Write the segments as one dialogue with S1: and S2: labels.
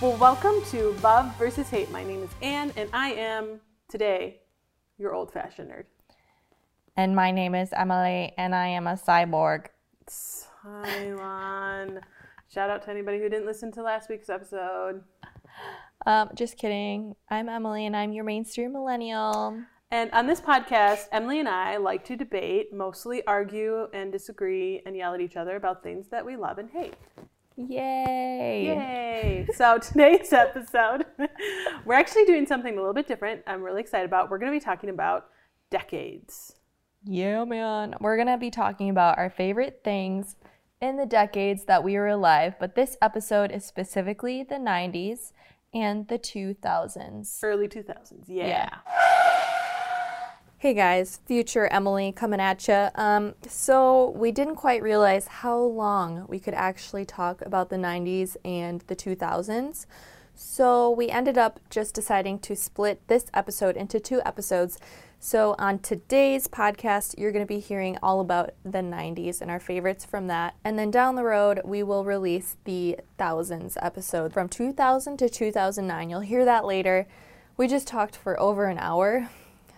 S1: Well, welcome to Love versus Hate. My name is Anne, and I am today your old fashioned nerd.
S2: And my name is Emily, and I am a cyborg.
S1: Cylon. Shout out to anybody who didn't listen to last week's episode.
S2: Um, just kidding. I'm Emily, and I'm your mainstream millennial.
S1: And on this podcast, Emily and I like to debate, mostly argue and disagree and yell at each other about things that we love and hate.
S2: Yay!
S1: Yay! So today's episode, we're actually doing something a little bit different. I'm really excited about. We're going to be talking about decades.
S2: Yeah, man. We're gonna be talking about our favorite things in the decades that we were alive, but this episode is specifically the 90s and the 2000s.
S1: Early 2000s. Yeah.
S2: Hey guys, future Emily coming at you. Um, so we didn't quite realize how long we could actually talk about the 90s and the 2000s. So we ended up just deciding to split this episode into two episodes. So on today's podcast, you're going to be hearing all about the 90s and our favorites from that. And then down the road, we will release the thousands episode from 2000 to 2009. You'll hear that later. We just talked for over an hour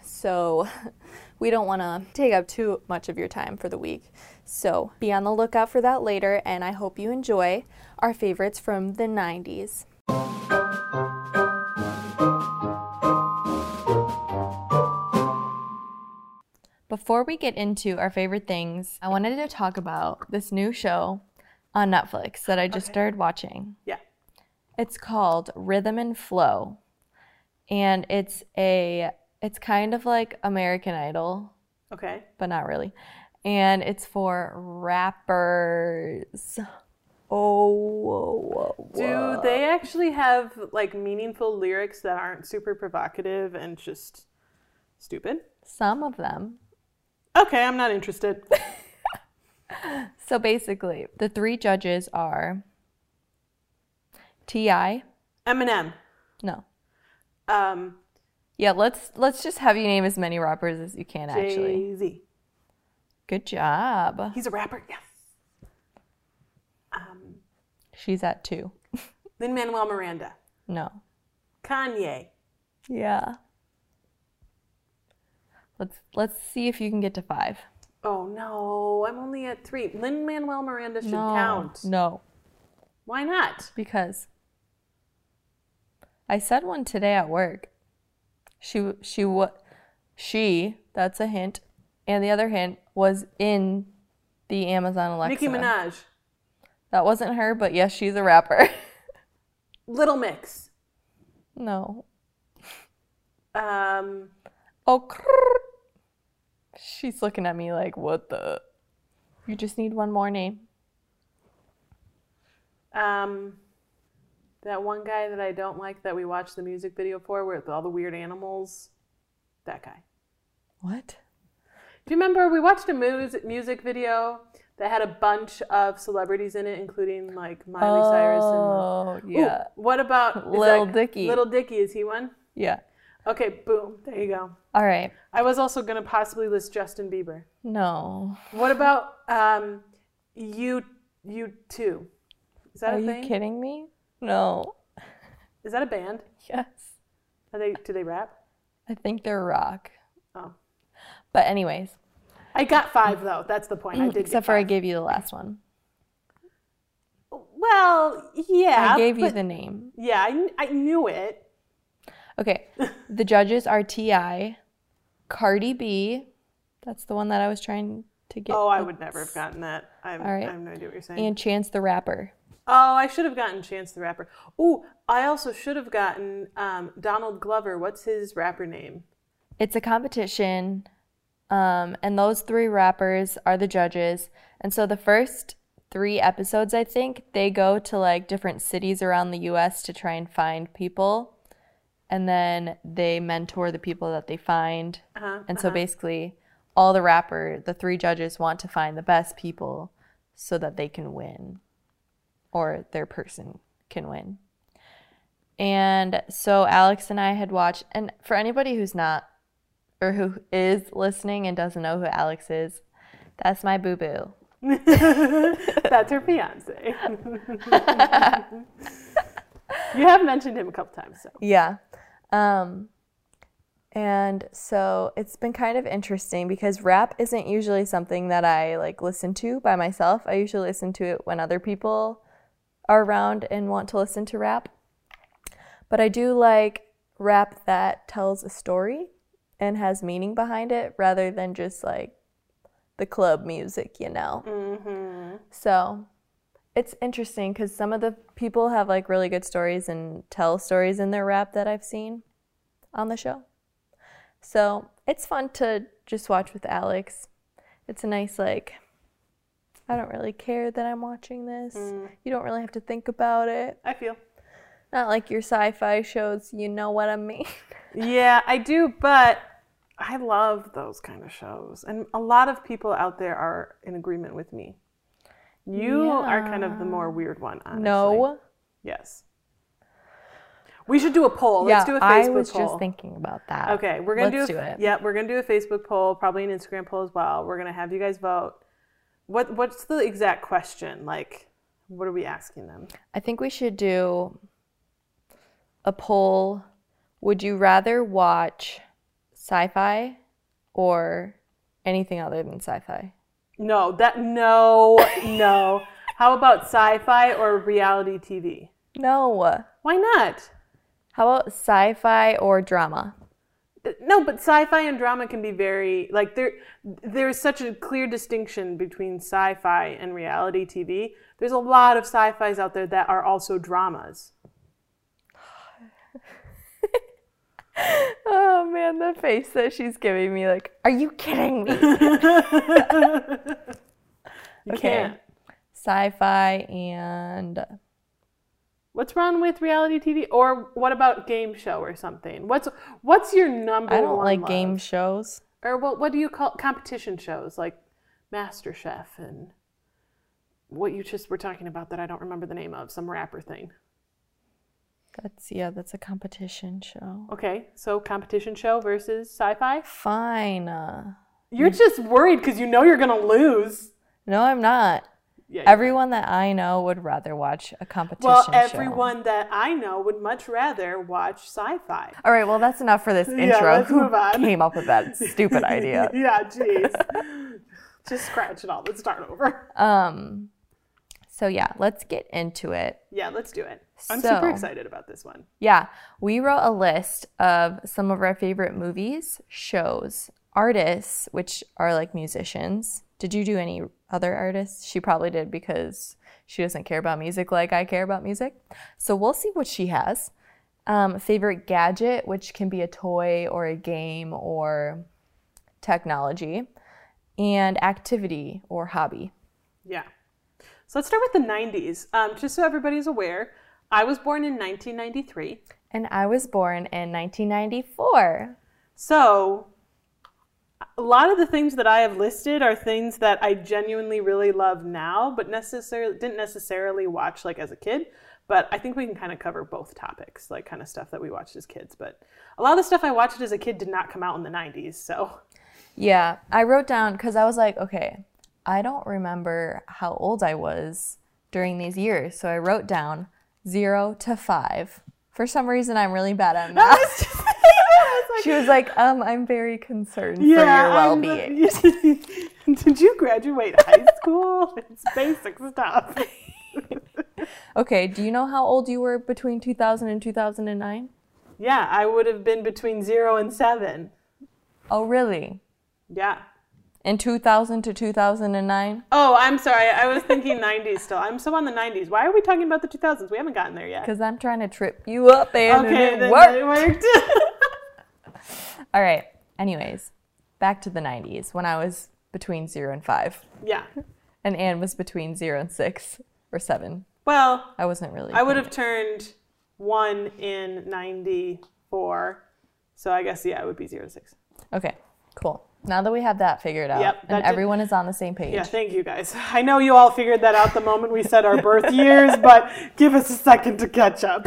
S2: so we don't want to take up too much of your time for the week. So be on the lookout for that later, and I hope you enjoy our favorites from the 90s. Before we get into our favorite things, I wanted to talk about this new show on Netflix that I just started watching.
S1: Yeah.
S2: It's called Rhythm and Flow. And it's a it's kind of like American Idol,
S1: Okay.
S2: but not really. And it's for rappers. Oh, whoa, whoa,
S1: Do
S2: whoa.
S1: they actually have like meaningful lyrics that aren't super provocative and just stupid?
S2: some of them.
S1: Okay, I'm not interested.
S2: So basically, the three judges are T.I.
S1: Eminem.
S2: No.
S1: Um,
S2: Yeah, let's let's just have you name as many rappers as you can actually.
S1: Jay Z.
S2: Good job.
S1: He's a rapper. Yes. Um,
S2: She's at 2.
S1: Lin Manuel Miranda.
S2: No.
S1: Kanye.
S2: Yeah. Let's let's see if you can get to 5.
S1: Oh no, I'm only at three. Lin Manuel Miranda should
S2: no.
S1: count.
S2: No.
S1: Why not?
S2: Because I said one today at work. She she wa she that's a hint, and the other hint was in the Amazon Alexa.
S1: Nicki Minaj.
S2: That wasn't her, but yes, she's a rapper.
S1: Little Mix.
S2: no.
S1: Um,
S2: Oh. crrr. She's looking at me like, what the? You just need one more name.
S1: um, that one guy that I don't like that we watched the music video for with all the weird animals. That guy.
S2: What?
S1: Do you remember we watched a mus- music video that had a bunch of celebrities in it, including like Miley Cyrus and
S2: oh, yeah,
S1: Ooh, what about is
S2: Lil
S1: that-
S2: Dicky.
S1: Little Dicky, is he one?
S2: yeah.
S1: Okay, boom. There you go.
S2: All right.
S1: I was also going to possibly list Justin Bieber.
S2: No.
S1: What about um, you? You two? Is that a
S2: Are Oh, you
S1: thing?
S2: kidding me? No.
S1: Is that a band?
S2: Yes.
S1: Are they? Do they rap?
S2: I think they're rock.
S1: Oh,
S2: But anyways,
S1: I got five though. That's the point. I did.
S2: Mm, except
S1: get
S2: for I
S1: five.
S2: gave you the last one.
S1: Well, yeah.
S2: I gave you
S1: but-
S2: the name.
S1: Yeah, I, kn- I knew it.
S2: Okay. the judges are T.I., Cardi B. That's the one that I was trying to get.
S1: Oh, I would never have gotten that. I'm,
S2: All right.
S1: I have no idea what you're saying.
S2: And Chance the Rapper.
S1: oh, I should have gotten Chance the Rapper. Ooh, I also should have gotten um, Donald Glover. What's his rapper name?
S2: It's a competition. Um, and those three rappers are the judges. And so the first three episodes, I think, they go to like different cities around the US to try and find people. And then they mentor the people that they find.
S1: Uh-huh.
S2: And so basically, all the rapper, the three judges want to find the best people so that they can win or their person can win. And so Alex and I had watched, and for anybody who's not or who is listening and doesn't know who Alex is, that's my boo boo.
S1: That's her fiance. You have mentioned him a couple times, so
S2: Yeah. Um, and so it's been kind of interesting because rap isn't usually something that I like listen to by myself. I usually listen to it when other people are around and want to listen to rap. But I do like rap that tells a story and has meaning behind it rather than just like the club music, you know. So it's interesting because some of the people have like really good stories and tell stories in their rap that I've seen on the show. So it's fun to just watch with Alex. It's a nice, like, I don't really care that I'm watching this.
S1: Mm.
S2: You don't really have to think about it.
S1: I feel.
S2: Not like your sci fi shows, you know what I mean.
S1: Yeah, I do, but I love those kind of shows. And a lot of people out there are in agreement with me. You are kind of the more weird one, honestly.
S2: no.
S1: Yes. We should do a poll. Let's do a Facebook
S2: I was
S1: poll.
S2: just thinking about that.
S1: Okay, we're gonna
S2: Let's
S1: do, a,
S2: do it.
S1: Yeah, we're gonna do a Facebook poll, probably an Instagram poll as well. We're gonna have you guys vote. What what's the exact question? Like, what are we asking them?
S2: I think we should do a poll. Would you rather watch sci fi or anything other than sci fi?
S1: No, that no, no. How about sci-fi or reality TV?
S2: No.
S1: Why not?
S2: How about sci fi or drama?
S1: No, but sci-fi and drama can be very like there. There's such a clear distinction between sci-fi and reality TV. There's a lot of sci-fi's out there that are also dramas.
S2: Oh man, the face that she's giving me, like, are you kidding me?
S1: You
S2: Okay.
S1: can't.
S2: sci fi and
S1: What's wrong with reality TV? Or what about game show or something? What's what's your number?
S2: I don't
S1: one
S2: like
S1: love?
S2: game shows.
S1: Or what what do you call competition shows like MasterChef and what you just were talking about that I don't remember the name of some rapper thing.
S2: That's, yeah, that's a competition show.
S1: Okay, so competition show versus sci-fi.
S2: Fine. uh,
S1: You're just worried because you know you're gonna lose.
S2: no, I'm not.
S1: Yeah, you-
S2: Everyone that I know would rather watch a competition
S1: well,
S2: show.
S1: everyone that I know would much rather watch sci-fi.
S2: All right, well, that's enough for this intro.
S1: let's
S2: Who
S1: move on.
S2: came up with that stupid idea?
S1: yeah, jeez. just scratch it all. Let's start over.
S2: Um, so, yeah, let's get into it.
S1: Yeah, let's do it. I'm
S2: So-
S1: super excited about this one.
S2: Yeah, we wrote a list of some of our favorite movies, shows, artists, which are like musicians. Did you do any other artists? She probably did because she doesn't care about music like I care about music. So we'll see what she has. Um, favorite gadget, which can be a toy or a game or technology, and activity or hobby.
S1: Yeah. So let's start with the 90s. Um, just so everybody's aware, I was born in 1993.
S2: And I was born in 1994.
S1: So a lot of the things that I have listed are things that I genuinely really love now, but necessarily didn't necessarily watch like as a kid. But I think we can kind of cover both topics, like kind of stuff that we watched as kids. But a lot of the stuff I watched as a kid did not come out in the 90s. So
S2: Yeah, I wrote down because I was like, okay, I don't remember how old I was during these years. So I wrote down zero to five. For some reason, I'm really bad at math. She was like, um, I'm very concerned for your well
S1: I'm the-
S2: being.
S1: Did you graduate high school? It's basic stuff.
S2: Okay, do you know how old you were between 2000 and 2009?
S1: Yeah, I would have been between zero and seven.
S2: Oh, really?
S1: Yeah.
S2: In 2000 to 2009?
S1: Oh, I'm sorry. I was thinking 90s still. I'm still on the 90s. Why are we talking about the 2000s? We haven't gotten there yet.
S2: Because I'm trying to trip you up and
S1: Okay,
S2: it
S1: then
S2: worked.
S1: it worked.
S2: All right, anyways, back to the 90s when I was between zero and five.
S1: yeah.
S2: and Anne was between zero and six or seven.
S1: Well,
S2: I wasn't really.
S1: I would have turned one in 94. So I guess, yeah, it would be zero to six.
S2: Okay, cool. Now that we have that figured out,
S1: Yep, that
S2: and
S1: did-
S2: everyone is on the same page.
S1: Yeah, thank you guys. I know you all figured that out the moment we said our birth years, but give us a second to catch up.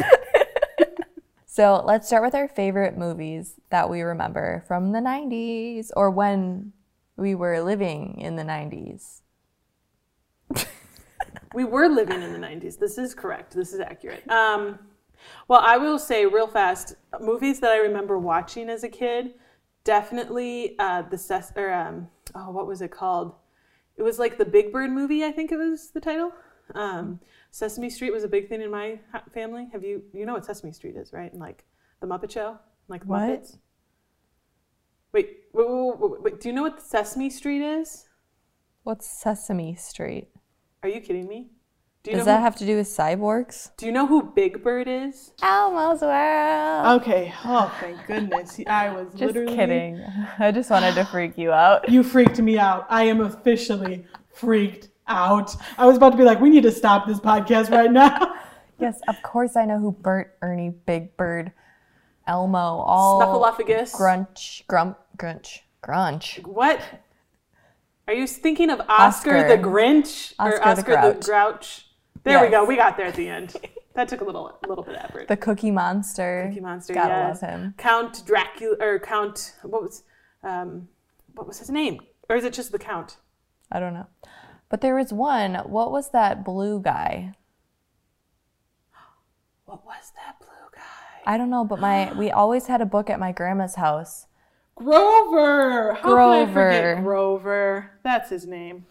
S2: So let's start with our favorite movies that we remember from the '90s or when we were living in the '90s.
S1: We were living in the 90s. This is correct. This is accurate. Um, Well, I will say real fast movies that I remember watching as a kid definitely uh, the Ces- or um, oh, what was it called? It was like the Big Bird movie, I think it was the title. Um, Sesame Street was a big thing in my ha- family. Have you you know what Sesame Street is, right? And like the Muppet Show, like the
S2: What?
S1: Muppets. Wait, wait, wait, wait, wait, wait, do you know what Sesame Street is?
S2: What's Sesame Street?
S1: Are you kidding me? Do you
S2: Does
S1: know
S2: that
S1: who,
S2: have to do with cyborgs?
S1: Do you know who Big Bird is?
S3: Elmo's World.
S4: Okay. Oh, thank goodness. I was
S2: Just
S4: literally
S2: kidding. I just wanted to freak you out.
S4: You freaked me out. I am officially freaked out. I was about to be like, we need to stop this podcast right now.
S2: Yes, of course I know who Bert, Ernie, Big Bird, Elmo, all
S1: Snuffleupagus.
S2: grunch, grump, grunch, grunch.
S1: What? Are you thinking of Oscar,
S2: Oscar.
S1: the Grinch or
S2: Oscar the
S1: Oscar the Grouch?
S2: Grouch.
S1: There we go.
S2: Yes.
S1: We got there at the end. That took a little little bit of effort.
S2: The Cookie Monster.
S1: Cookie Monster,
S2: Gotta
S1: yes.
S2: love him.
S1: Count Dracula or Count what was um what was his name? Or is it just the Count?
S2: I don't know. But there was one. What was that blue guy?
S1: What was that blue guy?
S2: I don't know, but my we always had a book at my grandma's house.
S1: Grover. How Grover. Could I
S2: Grover.
S1: forget Grover. That's his name.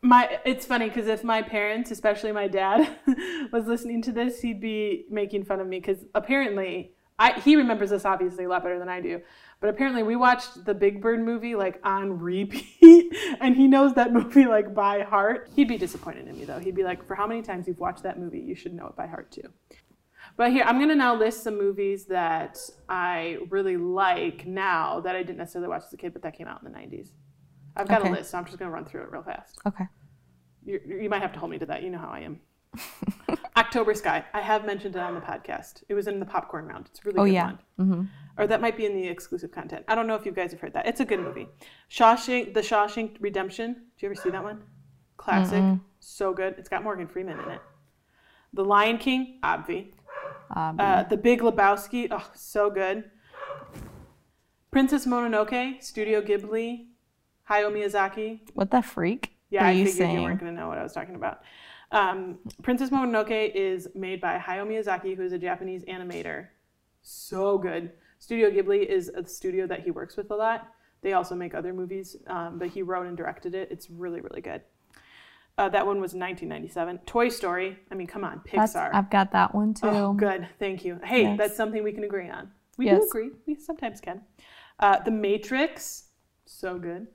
S1: My it's funny because if my parents, especially my dad, was listening to this, he'd be making fun of me because apparently I he remembers this obviously a lot better than I do. But apparently we watched the Big Bird movie like on repeat and he knows that movie like by heart. He'd be disappointed in me though. He'd be like, For how many times you've watched that movie, you should know it by heart too. But here, I'm going to now list some movies that I really like now that I didn't necessarily watch as a kid, but that came out in the 90s. I've got a
S2: Okay.
S1: list, so I'm just going to run through it real fast.
S2: Okay.
S1: You, you might have to hold me to that. You know how I am. October Sky. I have mentioned it on the podcast. It was in the popcorn round. It's a really
S2: Oh,
S1: good
S2: yeah.
S1: one. Or that might be in the exclusive content. I don't know if you guys have heard that. It's a good movie. Shawshank, The Shawshank Redemption. Did you ever see that one? Classic. So good. It's got Morgan Freeman in it. The Lion King. Obvi.
S2: Um,
S1: Uh, the Big Lebowski, oh, so good. Princess Mononoke, Studio Ghibli, Hayao Miyazaki.
S2: what the freak?
S1: Yeah,
S2: were
S1: I
S2: you
S1: figured
S2: saying?
S1: you weren't going to know what I was talking about. Um, Princess Mononoke is made by Hayao Miyazaki, who is a Japanese animator. So good. Studio Ghibli is a studio that he works with a lot. They also make other movies, um, but he wrote and directed it. It's really, really good. Uh, that one was 1997. Toy Story. I mean, come on, Pixar.
S2: That's, I've got that one too.
S1: Oh, good. Thank you. Hey,
S2: Yes.
S1: that's something we can agree on. We do
S2: Yes.
S1: agree. We sometimes can. Uh, the Matrix, so good.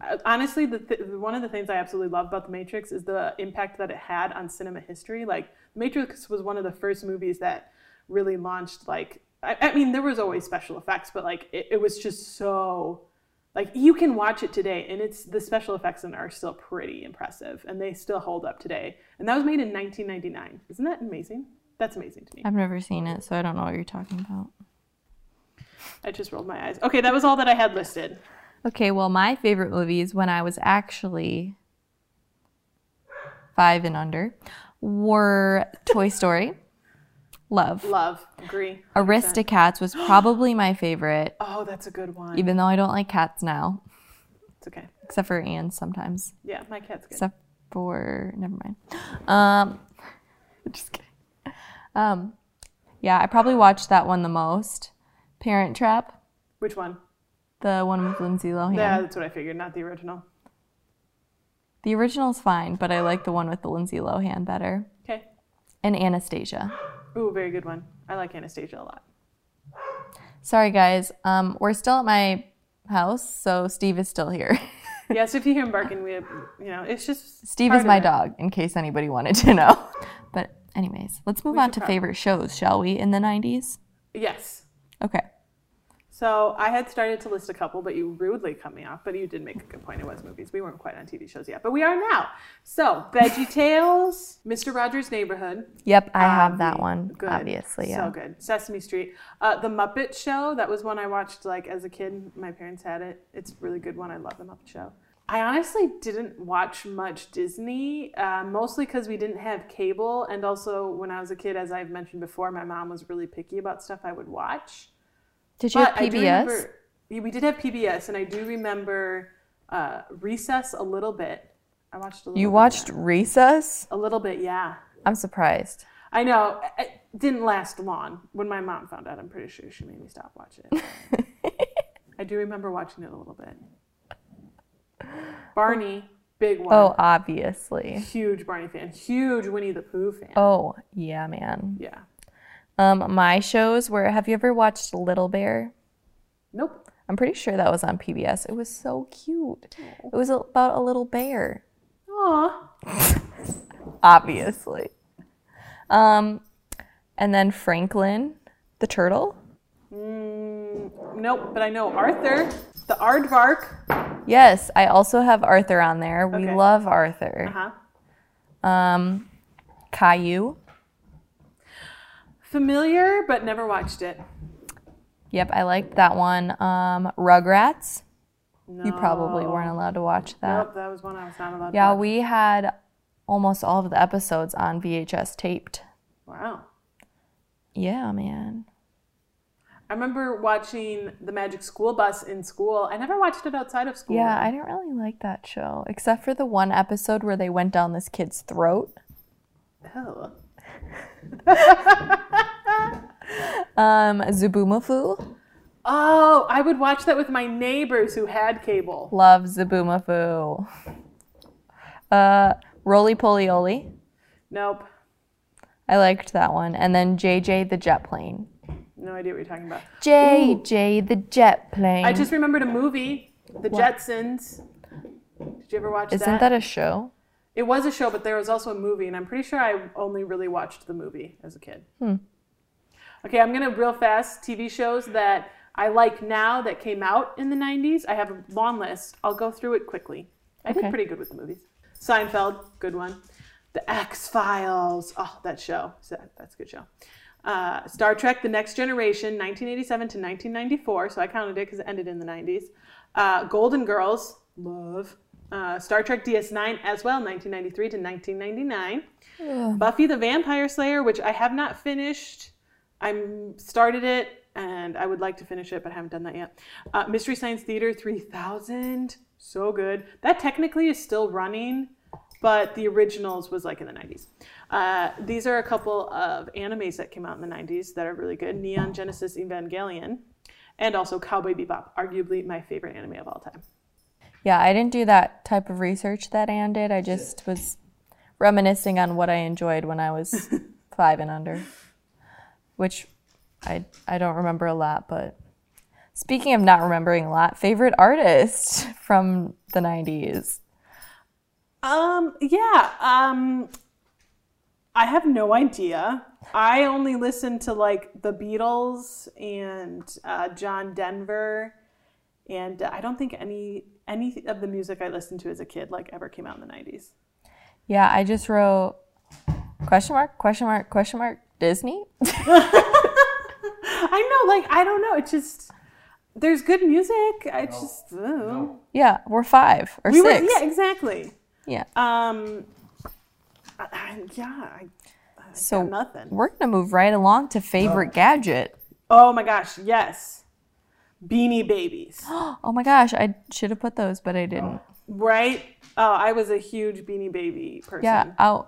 S1: Uh, honestly, the th- one of the things I absolutely love about The Matrix is the impact that it had on cinema history. Like, Matrix was one of the first movies that really launched. Like, I, I mean, there was always special effects, but like, it, it was just so. Like you can watch it today, and it's the special effects in it are still pretty impressive, and they still hold up today. And that was made in 1999. Isn't that amazing? That's amazing to me.
S2: I've never seen it, so I don't know what you're talking about.
S1: I just rolled my eyes. Okay, that was all that I had listed.
S2: Okay, well, my favorite movies when I was actually five and under were Toy Story, Love.
S1: Love, agree.
S2: Aristocats was probably my favorite,
S1: Oh, that's a good one.
S2: even though I don't like cats now,
S1: It's okay.
S2: except for Anne sometimes.
S1: Yeah, my cat's good.
S2: Except for, never mind. Um, just kidding. Um, yeah, I probably watched that one the most. Parent Trap,
S1: Which one?
S2: the one with Lindsay Lohan.
S1: Yeah, that's what I figured. Not the original.
S2: The original's fine, but I like the one with the Lindsay Lohan better.
S1: Okay.
S2: and Anastasia.
S1: Ooh, very good one. I like Anastasia a lot.
S2: Sorry, guys. Um, we're still at my house, so Steve is still here.
S1: Yeah, so if you hear him barking, we, have, you know, it's just.
S2: Steve
S1: part
S2: is
S1: of
S2: my
S1: it.
S2: dog, in case anybody wanted to know. But, anyways, let's move on
S1: should
S2: to
S1: probably-
S2: favorite shows, shall we, in the 90s?
S1: Yes.
S2: Okay.
S1: So I had started to list a couple, but you rudely cut me off. But you did make a good point. It was movies. We weren't quite on TV shows yet, but we are now. So Veggie Tales, Mr. Rogers' Neighborhood.
S2: Yep, I have that
S1: Obvi-
S2: one,
S1: Um, good.
S2: obviously. Yeah.
S1: So good. Sesame Street. Uh, the Muppet Show. That was one I watched like as a kid. My parents had it. It's a really good one. I love the Muppet Show. I honestly didn't watch much Disney, uh, mostly because we didn't have cable. And also, when I was a kid, as I've mentioned before, my mom was really picky about stuff I would watch.
S2: Did you have
S1: But I do
S2: PBS?
S1: remember- yeah, we did have PBS, and I do remember uh, Recess a little bit. I watched a little bit
S2: you
S1: of
S2: watched
S1: that.
S2: Recess?
S1: a little bit, yeah.
S2: I'm surprised.
S1: I know. It didn't last long. When my mom found out, I'm pretty sure she made me stop watching it. I do remember watching it a little bit. Barney, big one.
S2: Oh, obviously.
S1: Huge Barney fan. Huge Winnie the Pooh fan.
S2: Oh, yeah, man.
S1: Yeah.
S2: Um, my shows were have you ever watched Little Bear?
S1: Nope.
S2: I'm pretty sure that was on PBS. It was so cute. It was about a little bear,
S1: Aw.
S2: obviously. Um, and then Franklin, the turtle.
S1: Mm, nope, but I know Arthur, the aardvark.
S2: Yes, I also have Arthur on there. We
S1: Okay.
S2: love Arthur.
S1: Uh-huh.
S2: Um, Caillou.
S1: Familiar, but never watched it.
S2: Yep, I liked that one. Um, Rugrats.
S1: No.
S2: You probably
S1: Oh.
S2: weren't allowed to watch that.
S1: Nope, that was one I was not allowed
S2: Yeah,
S1: to watch.
S2: we had almost all of the episodes on VHS taped.
S1: Wow.
S2: Yeah, man.
S1: I remember watching The Magic School Bus in school. I never watched it outside of school.
S2: Yeah, I didn't really like that show, except for the one episode where they went down this kid's throat.
S1: Oh.
S2: Um, Zubumafu.
S1: Oh, I would watch that with my neighbors who had cable.
S2: Love Zubumafu. Uh, Roly Poly Oly.
S1: Nope.
S2: I liked that one. And then JJ the Jet Plane.
S1: No idea what you're talking about.
S2: JJ the Jet Plane.
S1: I just remembered a movie, The Jetsons. Did you ever watch
S2: Isn't that a show?
S1: It was a show, but there was also a movie, and I'm pretty sure I only really watched the movie as a kid. Okay, I'm gonna real fast TV shows that I like now that came out in the 90s. I have a long list. I'll go through it quickly. I did
S2: Okay.
S1: pretty good with the movies. Seinfeld, good one. The X Files. Oh, that show. So That's a good show. Uh, Star Trek: The Next Generation, 1987 to 1994. So I counted it because it ended in the 90s. Uh, Golden Girls, love. Uh, Star Trek DS9 as well, 1993 to 1999. Buffy the Vampire Slayer, which I have not finished. I'm started it and I would like to finish it, but I haven't done that yet. Uh, Mystery Science Theater 3000, so good. That technically is still running, but the originals was like in the 90s. Uh, these are a couple of animes that came out in the 90s that are really good Neon Genesis Evangelion, and also Cowboy Bebop, arguably my favorite anime of all time.
S2: Yeah, I didn't do that type of research that Ann did. I just was reminiscing on what I enjoyed when I was five and under, which I, I don't remember a lot. But speaking of not remembering a lot, favorite artist from the 90s?
S1: Um, yeah. Um, I have no idea. I only listened to like the Beatles and uh, John Denver, and I don't think any any of the music I listened to as a kid like ever came out in the nineties.
S2: Yeah, I just wrote question mark, question mark, question mark, Disney?
S1: I know, like I don't know. It just there's good music. I just ugh.
S2: Yeah, we're five or
S1: we were
S2: six.
S1: yeah exactly.
S2: yeah.
S1: Um, I, I, yeah, I, I
S2: So-
S1: got nothing.
S2: We're going to move right along to favorite gadget.
S1: Oh my gosh, yes. Beanie Babies,
S2: Oh my gosh, I should have put those, but I didn't.
S1: right? Oh, I was a huge Beanie Baby person.
S2: Yeah, i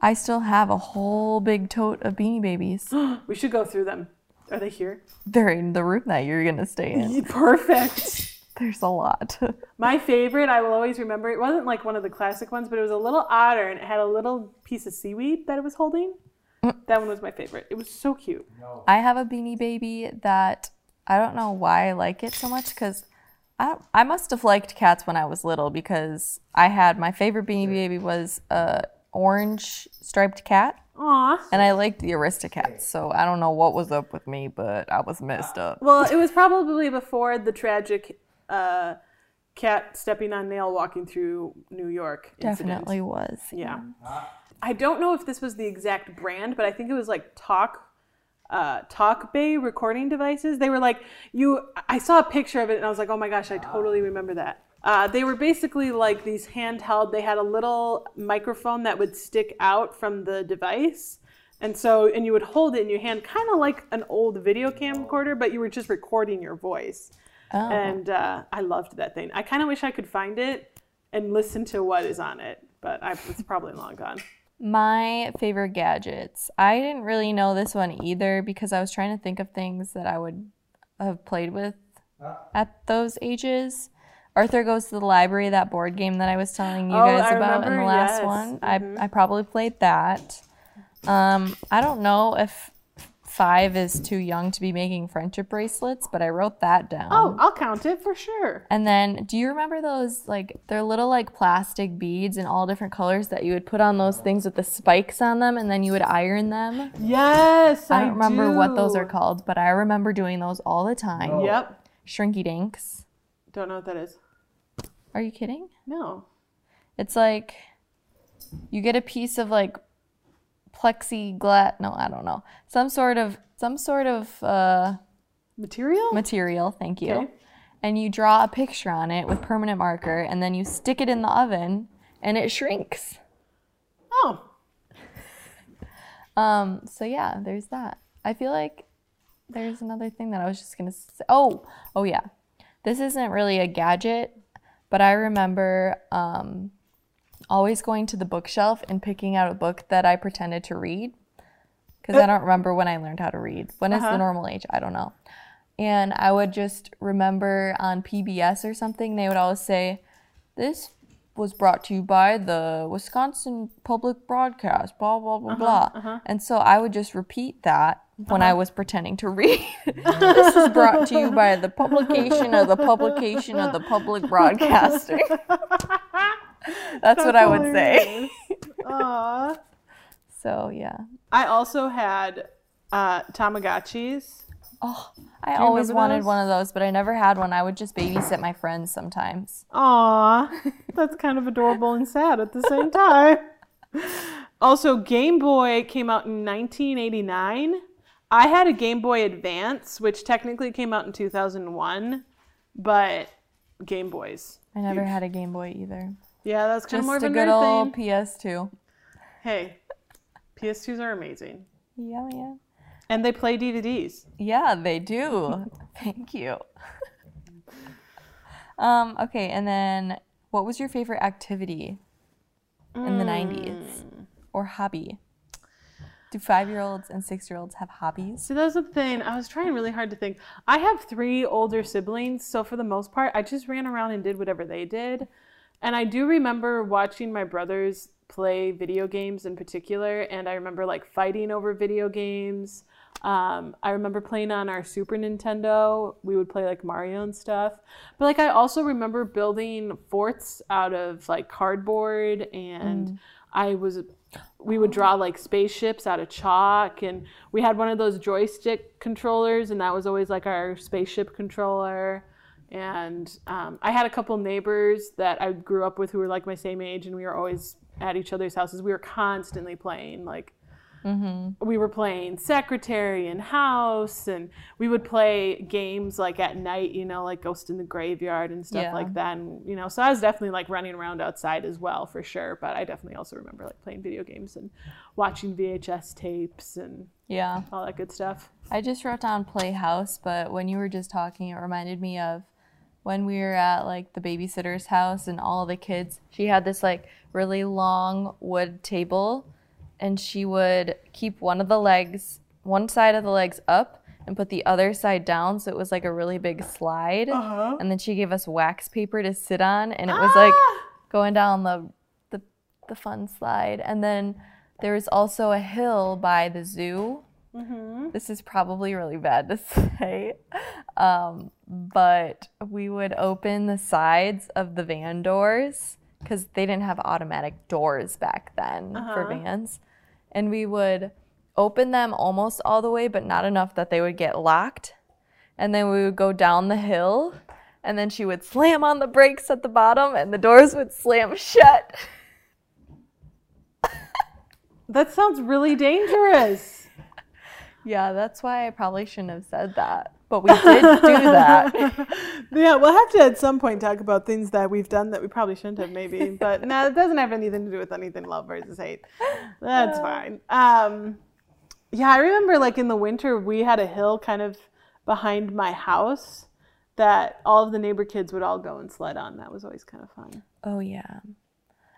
S2: I still have a whole big tote of Beanie Babies.
S1: We should go through them. Are they here?
S2: They're in the room that you're gonna stay in.
S1: Perfect.
S2: There's a lot.
S1: My favorite, I will always remember, it wasn't like one of the classic ones, but it was a little otter and it had a little piece of seaweed that it was holding. That one was my favorite. It was so cute.
S2: I have a Beanie Baby that I don't know why I like it so much because I I must have liked cats when I was little because I had my favorite Beanie Baby was a orange striped cat
S1: Aw.
S2: and I liked the Aristocats. So I don't know what was up with me, but I was messed up.
S1: Well, it was probably before the tragic uh, cat stepping on nail walking through New York incident.
S2: Definitely was.
S1: Yeah. I don't know if this was the exact brand, but I think it was like Talk uh, Talk Bay recording devices. They were like you. I saw a picture of it and I was like, oh my gosh, I totally remember that. Uh, they were basically like these handheld. They had a little microphone that would stick out from the device. And so, and you would hold it in your hand, kind of like an old video camcorder, but you were just recording your voice. And uh, I loved that thing. I kind of wish I could find it and listen to what is on it, but I, it's probably long gone.
S2: My favorite gadgets. I didn't really know this one either because I was trying to think of things that I would have played with
S1: Ah.
S2: at those ages. Arthur goes to the library, that board game that I was telling you
S1: Oh,
S2: guys
S1: I
S2: about in the
S1: remember,
S2: last
S1: yes. Mm-hmm.
S2: one. I, I probably played that. Um, I don't know if five is too young to be making friendship bracelets, but I wrote that down.
S1: Oh, I'll count it for sure.
S2: And then, do you remember those like they're little like plastic beads in all different colors that you would put on those things with the spikes on them, and then you would iron them?
S1: Yes, I,
S2: I don't remember what those are
S1: do.
S2: called, but I remember doing those all the time.
S5: No.
S1: Yep.
S2: Shrinky dinks.
S1: Don't know what that is.
S2: Are you kidding?
S1: No.
S2: It's like you get a piece of like plexiglass. No, I don't know. Some sort of some sort of uh,
S1: Material?
S2: material. Thank you.
S1: Okay.
S2: And you draw a picture on it with permanent marker, and then you stick it in the oven, and it shrinks.
S1: oh.
S2: Um. So yeah, there's that. I feel like there's another thing that I was just gonna. Say. Oh. Oh yeah. This isn't really a gadget, but I remember um, always going to the bookshelf and picking out a book that I pretended to read because I don't remember when I learned how to read. When is the normal age? I don't know. And I would just remember on PBS or something, they would always say, This was brought to you by the Wisconsin Public Broadcast, blah, blah,
S1: Uh-huh,
S2: blah, blah. And so I would just repeat that when I was pretending to read. this is brought to you by the publication of the publication of the public broadcaster. That's, what I would say.
S1: Aw.
S2: So, yeah.
S1: I also had uh, Tamagotchis.
S2: I always
S1: remember
S2: wanted
S1: those?
S2: one of those, but I never had one. I would just babysit my friends sometimes.
S1: Aw, that's kind of adorable and sad at the same time. Also, Game Boy came out in 1989. I had a Game Boy Advance, which technically came out in 2001, but Game Boys.
S2: I never had a Game Boy either.
S1: Yeah, that's kind of
S2: Just
S1: more of
S2: a
S1: a
S2: good
S1: nerd
S2: old
S1: thing.
S2: PS2.
S1: Hey, PS2s are amazing,
S2: Yeah, yeah.
S1: and they play DVDs.
S2: Yeah, they do. Thank you. um, okay, and then what was your favorite activity in the 90s or hobby? Do five year olds and six year olds have hobbies?
S1: So that's the thing. I was trying really hard to think. I have three older siblings, so for the most part, I just ran around and did whatever they did. And I do remember watching my brothers play video games in particular, and I remember like fighting over video games. Um, I remember playing on our Super Nintendo. We would play like Mario and stuff. But like I also remember building forts out of like cardboard, and I was we would draw like spaceships out of chalk and we had one of those joystick controllers and that was always like our spaceship controller and um, i had a couple neighbors that i grew up with who were like my same age and we were always at each other's houses we were constantly playing like we were playing secretary and house and we would play games like at night you know like ghost in the graveyard and stuff
S2: Yeah.
S1: like that and you know so i was definitely like running around outside as well for sure but i definitely also remember like playing video games and watching vhs tapes and
S2: Yeah.
S1: all that good stuff
S2: I just wrote down Playhouse, but when you were just talking, it reminded me of when we were at like the babysitter's house and all the kids. She had this like really long wood table, and she would keep one of the legs, one side of the legs up, and put the other side down. So it was like a really big slide. And then she gave us wax paper to sit on, and it was like going down the the the fun slide. And then there was also a hill by the zoo. This is probably really bad to say, um, but we would open the sides of the van doors because they didn't have automatic doors back then for vans. And we would open them almost all the way, but not enough that they would get locked. And then we would go down the hill, and then she would slam on the brakes at the bottom, and the doors would slam shut.
S1: that sounds really dangerous
S2: Yeah, that's why I probably shouldn't have said that. But we did do that.
S1: yeah we'll have to at some point talk about things that we've done that we probably shouldn't have maybe but no it doesn't have anything to do with anything love versus hate that's fine um, yeah i remember like in the winter we had a hill kind of behind my house that all of the neighbor kids would all go and sled on that was always kind of fun
S2: Oh yeah.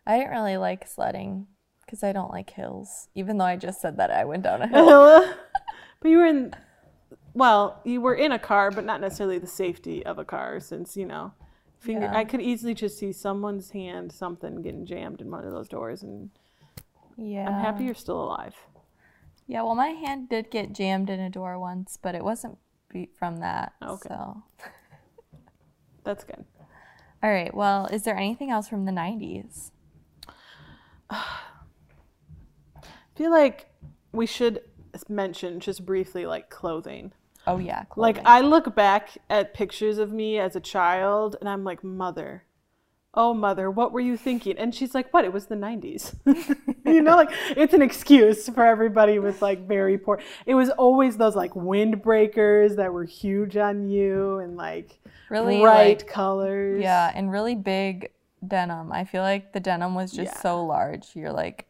S2: I didn't really like sledding because because I don't like hills. Even though I just said that I went down a hill.
S1: but you were in, well, you were in a car, but not necessarily the safety of a car, since you know, finger.
S2: Yeah.
S1: I could easily just see someone's hand, something getting jammed in one of those doors, and
S2: yeah.
S1: I'm happy you're still alive.
S2: Yeah, well, my hand did get jammed in a door once, but it wasn't be- from that.
S1: Oh, Okay.
S2: So,
S1: That's good.
S2: all right. Well, is there anything else from the 90s?
S1: I feel like we should mention just briefly, like clothing.
S2: Oh yeah.
S1: Like I look back at pictures of me as a child and I'm like, "Mother, oh mother, what were you thinking?" And she's like, "What? It was the 90s." you know, like it's an excuse for everybody with like very poor. It was always those like windbreakers that were huge on you and like
S2: Really,
S1: bright
S2: like-
S1: colors.
S2: yeah, and really big denim. I feel like the denim was just
S1: Yeah.
S2: so large. You're like,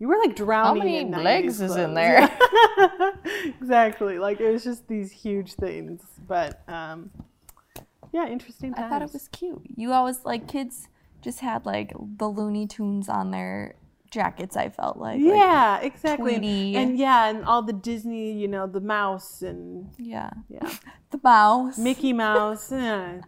S1: You were like
S2: how
S1: drowning
S2: many
S1: in 90s
S2: legs is
S1: clothes.
S2: in there?
S1: exactly. Like it was just these huge things, but um yeah, interesting times.
S2: I thought it was cute. You always like kids just had like the Looney Tunes on their jackets. I felt like like-
S1: Yeah, exactly. And-
S2: Tweety.
S1: And yeah, and all the Disney, you know, the mouse and
S2: yeah,
S1: yeah,
S2: the mouse.
S1: Mickey Mouse. yeah.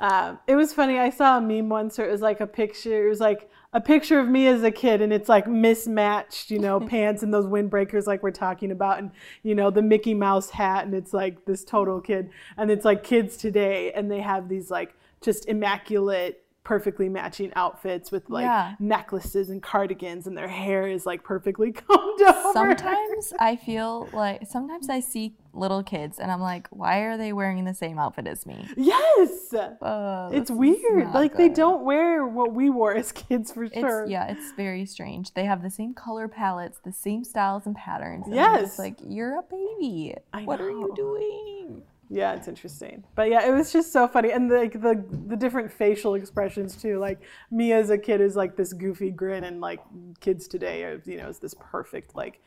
S1: Um, it was funny. I saw a meme once where it was like a picture. It was like a picture of me as a kid, and it's like mismatched, you know, pants and those windbreakers, like we're talking about, and you know, the Mickey Mouse hat, and it's like this total kid, and it's like kids today, and they have these like just immaculate, perfectly matching outfits with like
S2: Yeah.
S1: necklaces and cardigans, and their hair is like perfectly combed over.
S2: Sometimes I feel like sometimes I see little kids and I'm like, why are they wearing the same outfit as me?
S1: Yes.
S2: Uh, this
S1: It's
S2: is
S1: weird.
S2: not
S1: Like they
S2: good.
S1: don't wear what we wore as kids for
S2: It's
S1: sure.
S2: yeah, it's very strange. They have the same color palettes, the same styles and patterns. And I'm
S1: Yes.
S2: just like you're a baby.
S1: I
S2: what are you
S1: know.
S2: doing?
S1: Yeah, it's interesting. But yeah, it was just so funny, and like the the different facial expressions too. Like me as a kid is like this goofy grin, and like kids today are you know is this perfect like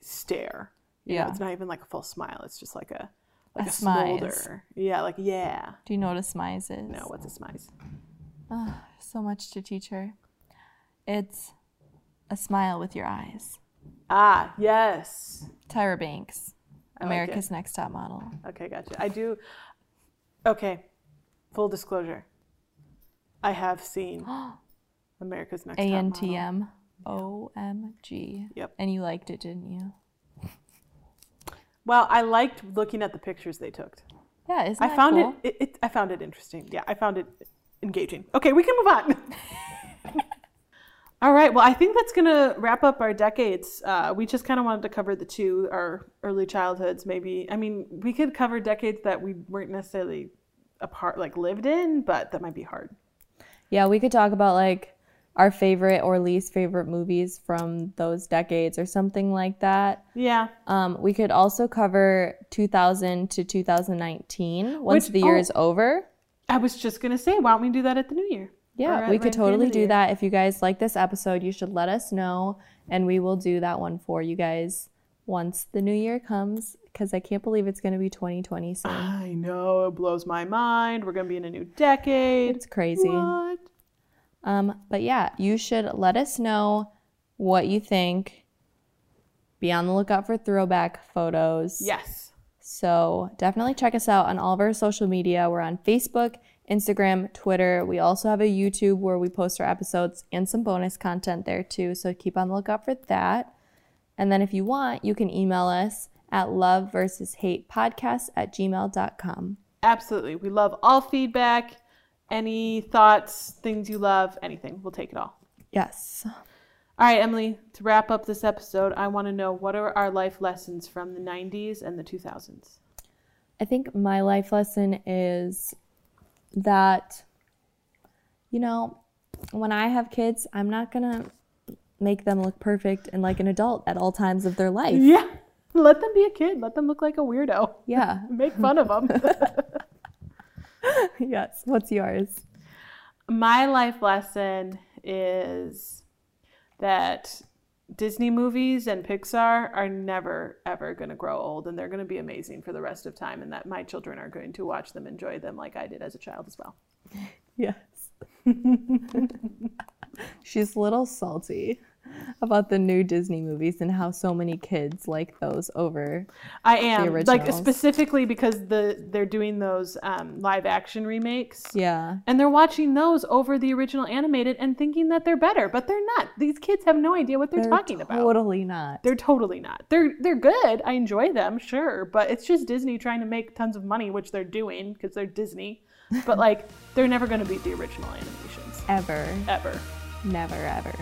S1: stare. You know,
S2: Yeah.
S1: it's not even like a full smile. It's just like a like a,
S2: smize.
S1: smolder. Yeah, like yeah.
S2: Do you notice Mize is?
S1: No, what's a smize?
S2: So much to teach her. It's a smile with your eyes.
S1: Ah, yes.
S2: Tyra Banks,
S1: I like it.
S2: America's Next Top Model.
S1: Okay, gotcha. I do. Okay, full disclosure. I have seen America's Next
S2: A
S1: Top
S2: N
S1: Model.
S2: T M O M G.
S1: Yep.
S2: And you liked it, didn't you?
S1: Well, I liked looking at the pictures they took.
S2: Yeah, isn't
S1: I found
S2: cool?
S1: it, it, it. I found it interesting. Yeah, I found it engaging. Okay, we can move on. All right. Well, I think that's gonna wrap up our decades. Uh, we just kind of wanted to cover the two our early childhoods. Maybe I mean we could cover decades that we weren't necessarily apart like lived in, but that might be hard.
S2: Yeah, we could talk about like our favorite or least favorite movies from those decades or something like that.
S1: Yeah.
S2: Um, we could also cover 2000 to 2019 once
S1: Which-
S2: the year
S1: oh.
S2: is over.
S1: I was just gonna say, why don't we do that at the new year? Or
S2: Yeah,
S1: at-
S2: we
S1: right at
S2: could
S1: the end of
S2: totally
S1: the
S2: do
S1: year.
S2: that. If you guys like this episode, you should let us know and we will do that one for you guys once the new year comes because I can't believe it's going to be 2020 soon.
S1: I know it blows my mind. We're gonna be in a new decade.
S2: It's crazy.
S1: What?
S2: Um, but yeah, you should let us know what you think. Be on the lookout for throwback photos.
S1: Yes.
S2: So definitely check us out on all of our social media. We're on Facebook, Instagram, Twitter. We also have a YouTube where we post our episodes and some bonus content there too. So keep on the lookout for that. And then if you want, you can email us at love versus hate podcast at gmail.com.
S1: Absolutely. We love all feedback, any thoughts, things you love, anything. We'll take it all.
S2: Yes.
S1: All right, Emily, to wrap up this episode, I want to know what are our life lessons from the 90s and the 2000s?
S2: I think my life lesson is that, you know, when I have kids, I'm not going to make them look perfect and like an adult at all times of their life.
S1: Yeah. Let them be a kid. Let them look like a weirdo.
S2: Yeah.
S1: Make fun of them.
S2: yes. What's yours?
S1: My life lesson is that Disney movies and Pixar are never ever going to grow old and they're going to be amazing for the rest of time and that my children are going to watch them enjoy them like I did as a child as well.
S2: Yes. She's a little salty. about the new Disney movies and how so many kids like those over.
S1: I am like
S2: originals.
S1: specifically because the they're doing those um, live action remakes.
S2: Yeah.
S1: And they're watching those over the original animated and thinking that they're better, but they're not. These kids have no idea what they're, talking about.
S2: Totally not.
S1: They're totally not. They're they're good. I enjoy them, sure, but it's just Disney trying to make tons of money, which they're doing because they're Disney. But like, they're never going to beat the original animations
S2: Ever.
S1: ever.
S2: Never, ever.